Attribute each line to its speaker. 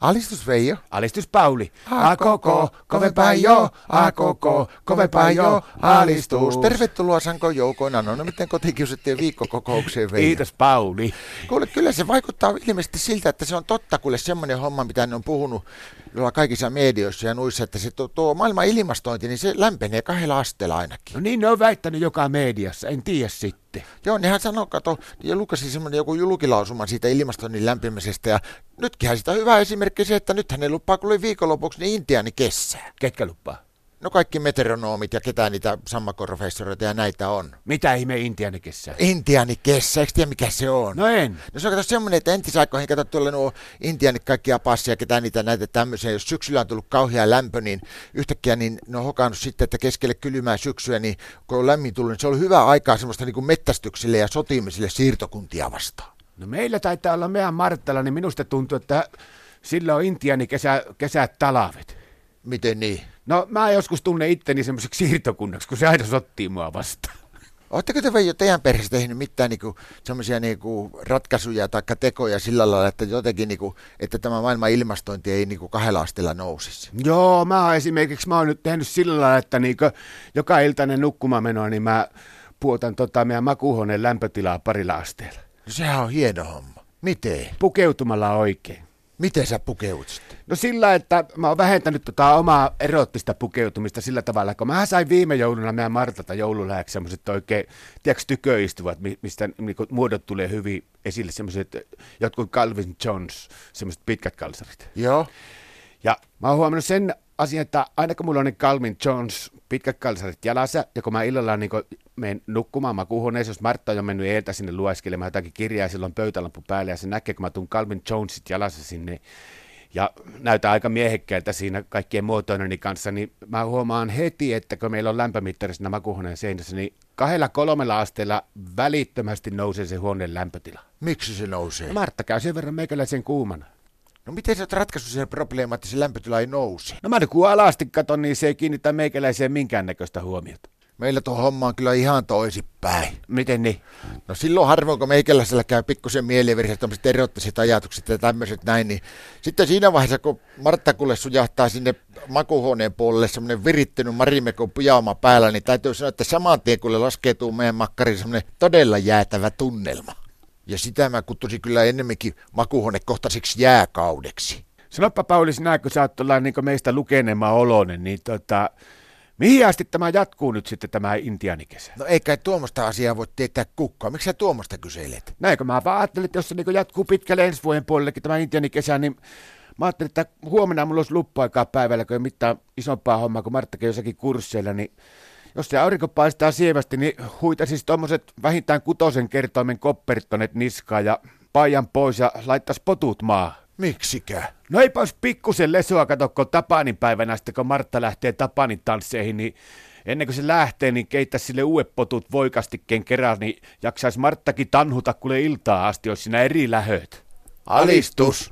Speaker 1: Alistus Veijo.
Speaker 2: Alistus Pauli.
Speaker 1: A koko, kovempaa jo, a koko, kovempaa jo, alistus. Tervetuloa Sanko joukoina, no, no miten kotikiusattiin viikkokokoukseen Veijo.
Speaker 2: Kiitos Pauli.
Speaker 1: Kuule, kyllä se vaikuttaa ilmeisesti siltä, että se on totta, kuule semmoinen homma, mitä ne on puhunut jolla kaikissa medioissa ja nuissa, että se tuo, tuo maailman ilmastointi, niin se lämpenee kahdella asteella ainakin.
Speaker 2: No niin ne on väittänyt joka mediassa, en tiedä sitten.
Speaker 1: Joo, nehän sanoo, kato, ja lukasi semmoinen joku julkilausuma siitä ilmastoinnin lämpimisestä, ja nytkinhän sitä on hyvä esimerkki se, että nythän ne lupaa kuule viikonlopuksi niin Intiani kessää.
Speaker 2: Ketkä lupaa?
Speaker 1: No kaikki meteronomit ja ketä niitä sammakorofessoreita ja näitä on.
Speaker 2: Mitä ihme intianikissa?
Speaker 1: Intiani kessa, eikö tiedä mikä se on?
Speaker 2: No en.
Speaker 1: No se on kato semmoinen, että entisaikoihin kato tuolla nuo intianit kaikkia passia, ketä niitä näitä tämmöisiä. Jos syksyllä on tullut kauhea lämpö, niin yhtäkkiä niin ne on hokannut sitten, että keskelle kylmää syksyä, niin kun on lämmin tullut, niin se on ollut hyvä aikaa semmoista niin kuin mettästyksille ja sotimisille siirtokuntia vastaan.
Speaker 2: No meillä taitaa olla meidän Marttalla, niin minusta tuntuu, että sillä on intiani kesä, kesät talavet.
Speaker 1: Miten niin?
Speaker 2: No mä joskus tunnen itteni semmoiseksi siirtokunnaksi, kun se aina sottii mua vastaan.
Speaker 1: Oletteko te Veijo teidän perheessä tehnyt mitään niinku, semmoisia niinku, ratkaisuja tai tekoja sillä lailla, että jotenkin niinku, että tämä maailman ilmastointi ei niinku, kahdella asteella nousisi?
Speaker 2: Joo, mä oon esimerkiksi mä oon nyt tehnyt sillä lailla, että niinku, joka iltainen nukkumaan menoa, niin mä puotan tota meidän makuuhuoneen lämpötilaa parilla asteella.
Speaker 1: No sehän on hieno homma. Miten?
Speaker 2: Pukeutumalla oikein.
Speaker 1: Miten sä pukeut sitten?
Speaker 2: No sillä, että mä oon vähentänyt tota omaa erottista pukeutumista sillä tavalla, kun mä sain viime jouluna meidän Martalta joululähäksi semmoiset oikein, tiedätkö, tyköistuvat, mi- mistä niinku muodot tulee hyvin esille, semmoiset jotkut Calvin Jones, semmoiset pitkät kalsarit.
Speaker 1: Joo.
Speaker 2: Ja mä oon huomannut sen asian, että aina kun mulla on ne Calvin Jones pitkät kalsarit jalassa, ja kun mä illalla niin menen nukkumaan makuuhuoneeseen, jos Martta on jo mennyt eeltä sinne lueskelemaan jotakin kirjaa, ja sillä on pöytälampu päällä, ja se näkee, kun mä tuun Calvin Jonesit jalassa sinne, ja näytän aika miehekkäältä siinä kaikkien muotoineni kanssa, niin mä huomaan heti, että kun meillä on lämpömittari siinä makuuhuoneen seinässä, niin kahdella kolmella asteella välittömästi nousee se huoneen lämpötila.
Speaker 1: Miksi se nousee?
Speaker 2: Martta käy sen verran meikäläisen kuumana.
Speaker 1: No miten sä oot ratkaissut sen probleeman, että se lämpötila ei nouse?
Speaker 2: No mä nyt kun alasti katon, niin se ei kiinnitä meikäläiseen minkäännäköistä huomiota.
Speaker 1: Meillä tuo homma on kyllä ihan toisipäin.
Speaker 2: Miten niin?
Speaker 1: No silloin harvoin, kun meikäläisellä käy pikkusen mielivirheessä tämmöiset erottiset ajatukset ja tämmöiset näin, niin sitten siinä vaiheessa, kun Martta kuule sujahtaa sinne makuhuoneen puolelle semmoinen virittynyt Marimekon pyjaama päällä, niin täytyy sanoa, että saman tien kuule laskeutuu meidän makkariin semmoinen todella jäätävä tunnelma. Ja sitä mä kuttusin kyllä ennemminkin makuuhuonekohtaiseksi jääkaudeksi.
Speaker 2: Sanoppa Pauli sinä, kun sä oot tuollainen, niin kuin meistä lukenema oloinen, niin tota, mihin asti tämä jatkuu nyt sitten tämä intiaanikesä?
Speaker 1: No ei kai tuommoista asiaa voi tietää kukkaa. Miksi sä tuommoista kyselet?
Speaker 2: Näinkö mä vaan ajattelin, että jos se niin jatkuu pitkälle ensi vuoden puolellekin tämä intiaanikesä, niin mä ajattelin, että huomenna mulla olisi luppuaikaa päivällä, kun ei mitään isompaa hommaa kuin Marttakin jossakin kursseilla, niin jos se aurinko paistaa sievästi, niin huita siis tuommoiset vähintään kutosen kertoimen koppertonet niskaan ja paijan pois ja laittais potut maa.
Speaker 1: Miksikä?
Speaker 2: No eipä olisi pikkusen lesoa, kato, kun Tapanin päivänä, sitten kun Martta lähtee Tapanin tansseihin, niin ennen kuin se lähtee, niin keitä sille uudet potut voikastikkeen kerran, niin jaksaisi Marttakin tanhuta kuule iltaa asti, jos siinä eri lähöt.
Speaker 1: Alistus!